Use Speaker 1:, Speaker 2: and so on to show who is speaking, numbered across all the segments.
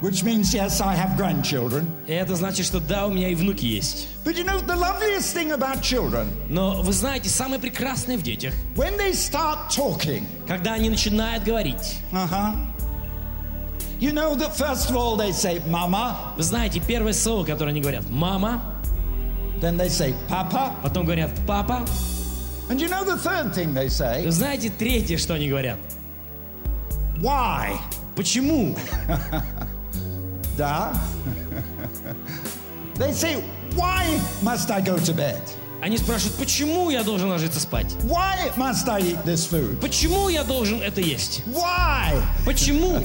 Speaker 1: Which means, yes, I have grandchildren.
Speaker 2: И это значит, что да, у меня и внуки есть.
Speaker 1: But you know, the loveliest thing about children,
Speaker 2: Но вы знаете, самое прекрасное в детях,
Speaker 1: when they start talking,
Speaker 2: когда они начинают говорить.
Speaker 1: uh huh, you know that first of all they say mama,
Speaker 2: Вы знаете, первое слово, которое они говорят, мама,
Speaker 1: then they say papa,
Speaker 2: потом говорят папа.
Speaker 1: and you know the third thing they
Speaker 2: Вы
Speaker 1: say,
Speaker 2: знаете, третье, что они говорят.
Speaker 1: why?
Speaker 2: Почему?
Speaker 1: Da. they say, why must I go to bed?
Speaker 2: Они спрашивают, почему я должен ложиться спать?
Speaker 1: Why must I eat this food?
Speaker 2: Почему я должен это есть?
Speaker 1: Why?
Speaker 2: Почему?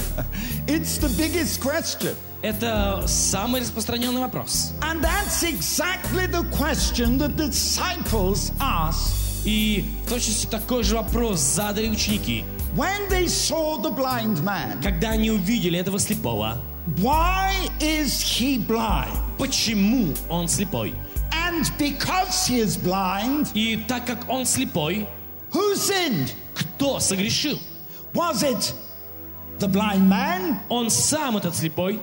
Speaker 1: It's the biggest question.
Speaker 2: Это самый распространенный вопрос.
Speaker 1: And that's exactly the question the disciples asked
Speaker 2: И в точности такой же вопрос задали ученики,
Speaker 1: when they saw the blind man.
Speaker 2: когда они увидели этого слепого.
Speaker 1: Why is he blind?
Speaker 2: Почему он слепой?
Speaker 1: And because he is blind,
Speaker 2: И так как он слепой,
Speaker 1: who sinned?
Speaker 2: кто согрешил?
Speaker 1: Was it the blind man
Speaker 2: Он сам этот слепой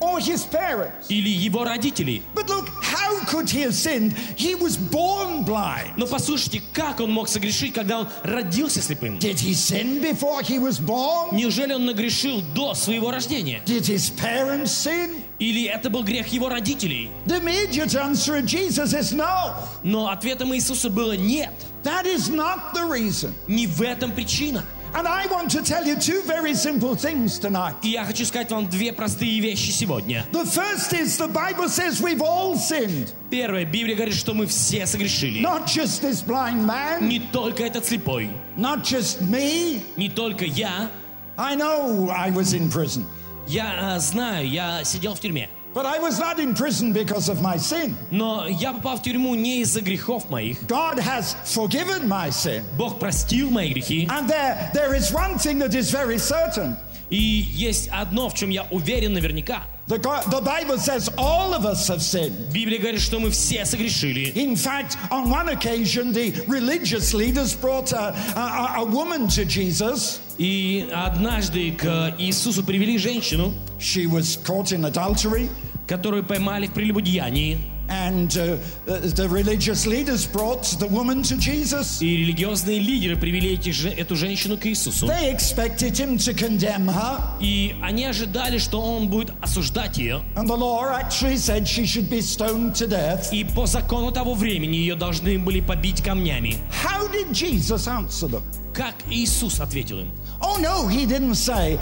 Speaker 1: or his parents?
Speaker 2: или его родители?
Speaker 1: But look, how could he have sinned? He was born blind.
Speaker 2: Но послушайте, как он мог согрешить, когда он родился слепым?
Speaker 1: Did he sin before he was born?
Speaker 2: Неужели он нагрешил до своего рождения?
Speaker 1: Did his parents sin?
Speaker 2: Или это был грех его родителей?
Speaker 1: The immediate answer of Jesus is no.
Speaker 2: Но ответом Иисуса было «нет».
Speaker 1: That is not the reason.
Speaker 2: Не в этом причина.
Speaker 1: And I want to tell you two very simple things tonight.
Speaker 2: И я хочу сказать вам две простые вещи сегодня.
Speaker 1: The first is the Bible says we've all sinned,
Speaker 2: Первое, Библия говорит, что мы все согрешили.
Speaker 1: not just this blind man,
Speaker 2: Не только этот слепой,
Speaker 1: not just me.
Speaker 2: не только я.
Speaker 1: I know I was in prison,
Speaker 2: Я э, знаю, я сидел в тюрьме.
Speaker 1: but I was not in prison because of my sin.
Speaker 2: Но я попал в тюрьму не из-за грехов моих.
Speaker 1: God has forgiven my sin.
Speaker 2: Бог простил мои грехи.
Speaker 1: And there, there is one thing that is very certain.
Speaker 2: И есть одно, в чем я уверен наверняка.
Speaker 1: The, God, the Bible says all of us have sinned.
Speaker 2: Библия говорит, что мы все согрешили.
Speaker 1: In fact, on one occasion, the religious leaders brought a, a, a- a woman to Jesus.
Speaker 2: И однажды к Иисусу привели женщину,
Speaker 1: She was caught in adultery,
Speaker 2: которую поймали в прелюбодеянии.
Speaker 1: and uh, uh, the religious leaders brought the woman to Jesus.
Speaker 2: И религиозные лидеры привели эти же- эту женщину к Иисусу.
Speaker 1: They expected him to condemn her,
Speaker 2: И они ожидали, что он будет осуждать ее.
Speaker 1: and the law actually said she should be stoned to death.
Speaker 2: И по закону того времени ее должны были побить камнями.
Speaker 1: How did Jesus answer them?
Speaker 2: Как Иисус ответил им?
Speaker 1: Oh no, he didn't say,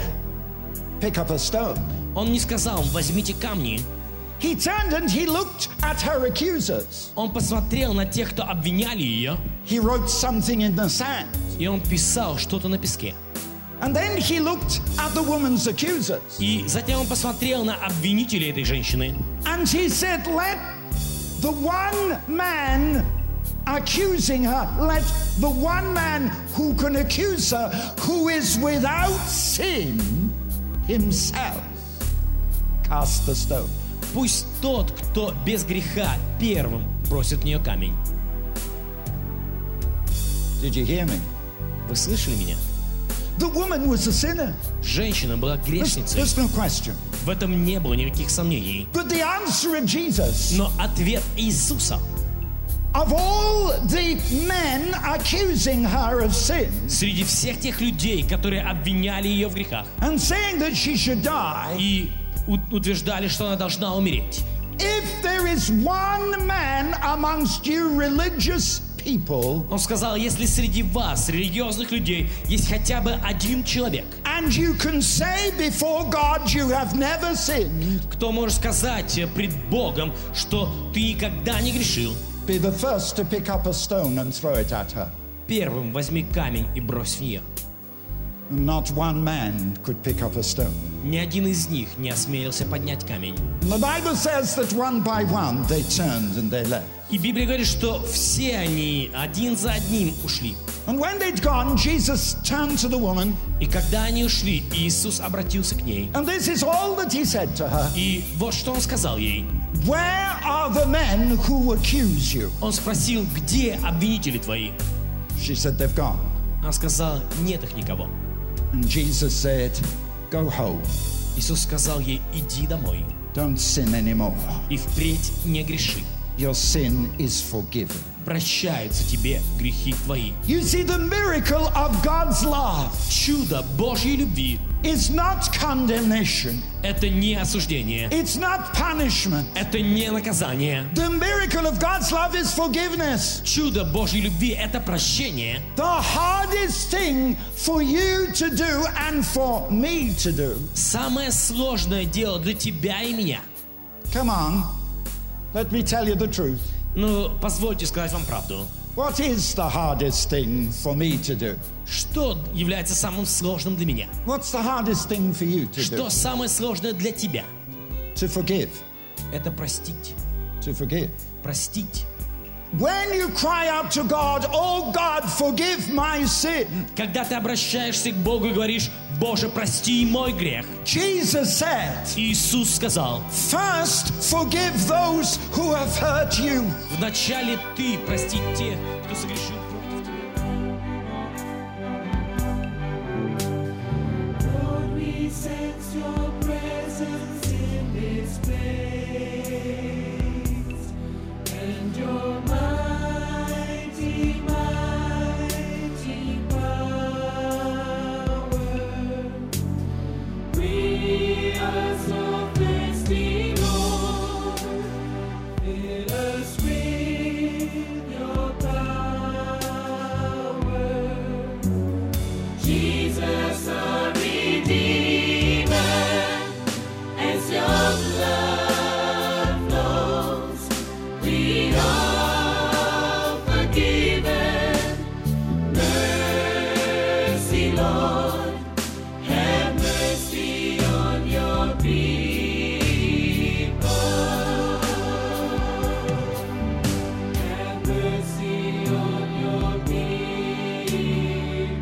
Speaker 1: pick up a stone.
Speaker 2: Он не сказал, возьмите камни.
Speaker 1: He turned and he looked at her accusers.
Speaker 2: Он посмотрел на тех, кто обвиняли ее,
Speaker 1: He wrote something in the sand.
Speaker 2: и он писал что-то на песке.
Speaker 1: And then he looked at the woman's accusers
Speaker 2: И затем он посмотрел на обвинителей этой женщины
Speaker 1: and he said, Let the one man accusing her. Let the one man who can accuse her, who is without sin himself, cast the stone.
Speaker 2: Пусть тот, кто без греха первым бросит в нее камень.
Speaker 1: Did you hear me?
Speaker 2: Вы слышали меня?
Speaker 1: The woman was a sinner.
Speaker 2: Женщина была
Speaker 1: There's,
Speaker 2: грешницей.
Speaker 1: there's no question.
Speaker 2: В этом не было никаких сомнений.
Speaker 1: But the answer of Jesus,
Speaker 2: Но ответ Иисуса
Speaker 1: of all the men accusing her of sin
Speaker 2: среди всех тех людей, которые обвиняли ее в грехах
Speaker 1: and saying that she should die,
Speaker 2: и у- утверждали, что она должна умереть.
Speaker 1: if there is one man amongst you religious people
Speaker 2: Он сказал, если среди вас, религиозных людей, есть хотя бы один человек,
Speaker 1: and you can say before God you have never sinned,
Speaker 2: кто может сказать э, пред Богом, что ты никогда не грешил,
Speaker 1: be the first to pick up a stone and throw it at her.
Speaker 2: первым возьми камень и брось в нее.
Speaker 1: Not one man could pick up a stone.
Speaker 2: Ни один из них не осмелился поднять камень.
Speaker 1: And the Bible says that one by one they turned and they left.
Speaker 2: И Библия говорит, что все они один за одним ушли.
Speaker 1: And when they'd gone, Jesus turned to the woman,
Speaker 2: И когда они ушли, Иисус обратился к ней.
Speaker 1: and this is all that he said to her
Speaker 2: И вот что он сказал ей.
Speaker 1: Where are the men who accuse you?
Speaker 2: Он спросил, где обвинители твои?
Speaker 1: She said, They've gone.
Speaker 2: Она сказала, нет их никого.
Speaker 1: And Jesus said, Go home.
Speaker 2: Иисус сказал ей, иди домой
Speaker 1: Don't sin anymore.
Speaker 2: и впредь не греши.
Speaker 1: Your sin is forgiven.
Speaker 2: Прощаются тебе грехи твои.
Speaker 1: You see, the miracle of God's love
Speaker 2: Чудо Божьей любви
Speaker 1: is not condemnation,
Speaker 2: – это не осуждение,
Speaker 1: it's not punishment.
Speaker 2: это не наказание.
Speaker 1: The miracle of God's love is forgiveness.
Speaker 2: Чудо Божьей любви – это прощение.
Speaker 1: The hardest thing for you to do and for me to do
Speaker 2: Самое сложное дело для тебя и меня.
Speaker 1: Come on, let me tell you the truth.
Speaker 2: Ну, позвольте сказать вам правду.
Speaker 1: What is the hardest thing for me to do?
Speaker 2: Что является самым сложным для меня?
Speaker 1: What's the hardest thing for you to do?
Speaker 2: Что самое сложное для тебя?
Speaker 1: To forgive.
Speaker 2: Это простить.
Speaker 1: To forgive.
Speaker 2: Простить.
Speaker 1: When you cry out to God, Oh God, forgive my sin,
Speaker 2: Когда ты обращаешься к Богу и говоришь, Боже, прости мой грех.
Speaker 1: Jesus said,
Speaker 2: Иисус сказал,
Speaker 1: First, forgive those who have hurt you.
Speaker 2: вначале ты прости тех, кто согрешил против тебя.
Speaker 3: Lord, we sense your presence in this place, and your mighty, mighty power. We are so thirsty, Lord. Fill us with your power. Jesus, our Redeemer, as your blood flows, we are forgiven. Mercy, Lord, have mercy on your people. Have mercy on your people.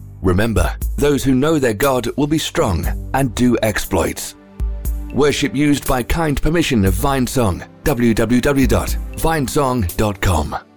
Speaker 4: Remember, those who know their God will be strong and do exploits. Worship used by kind permission of Vine Song. www.vinesong.com.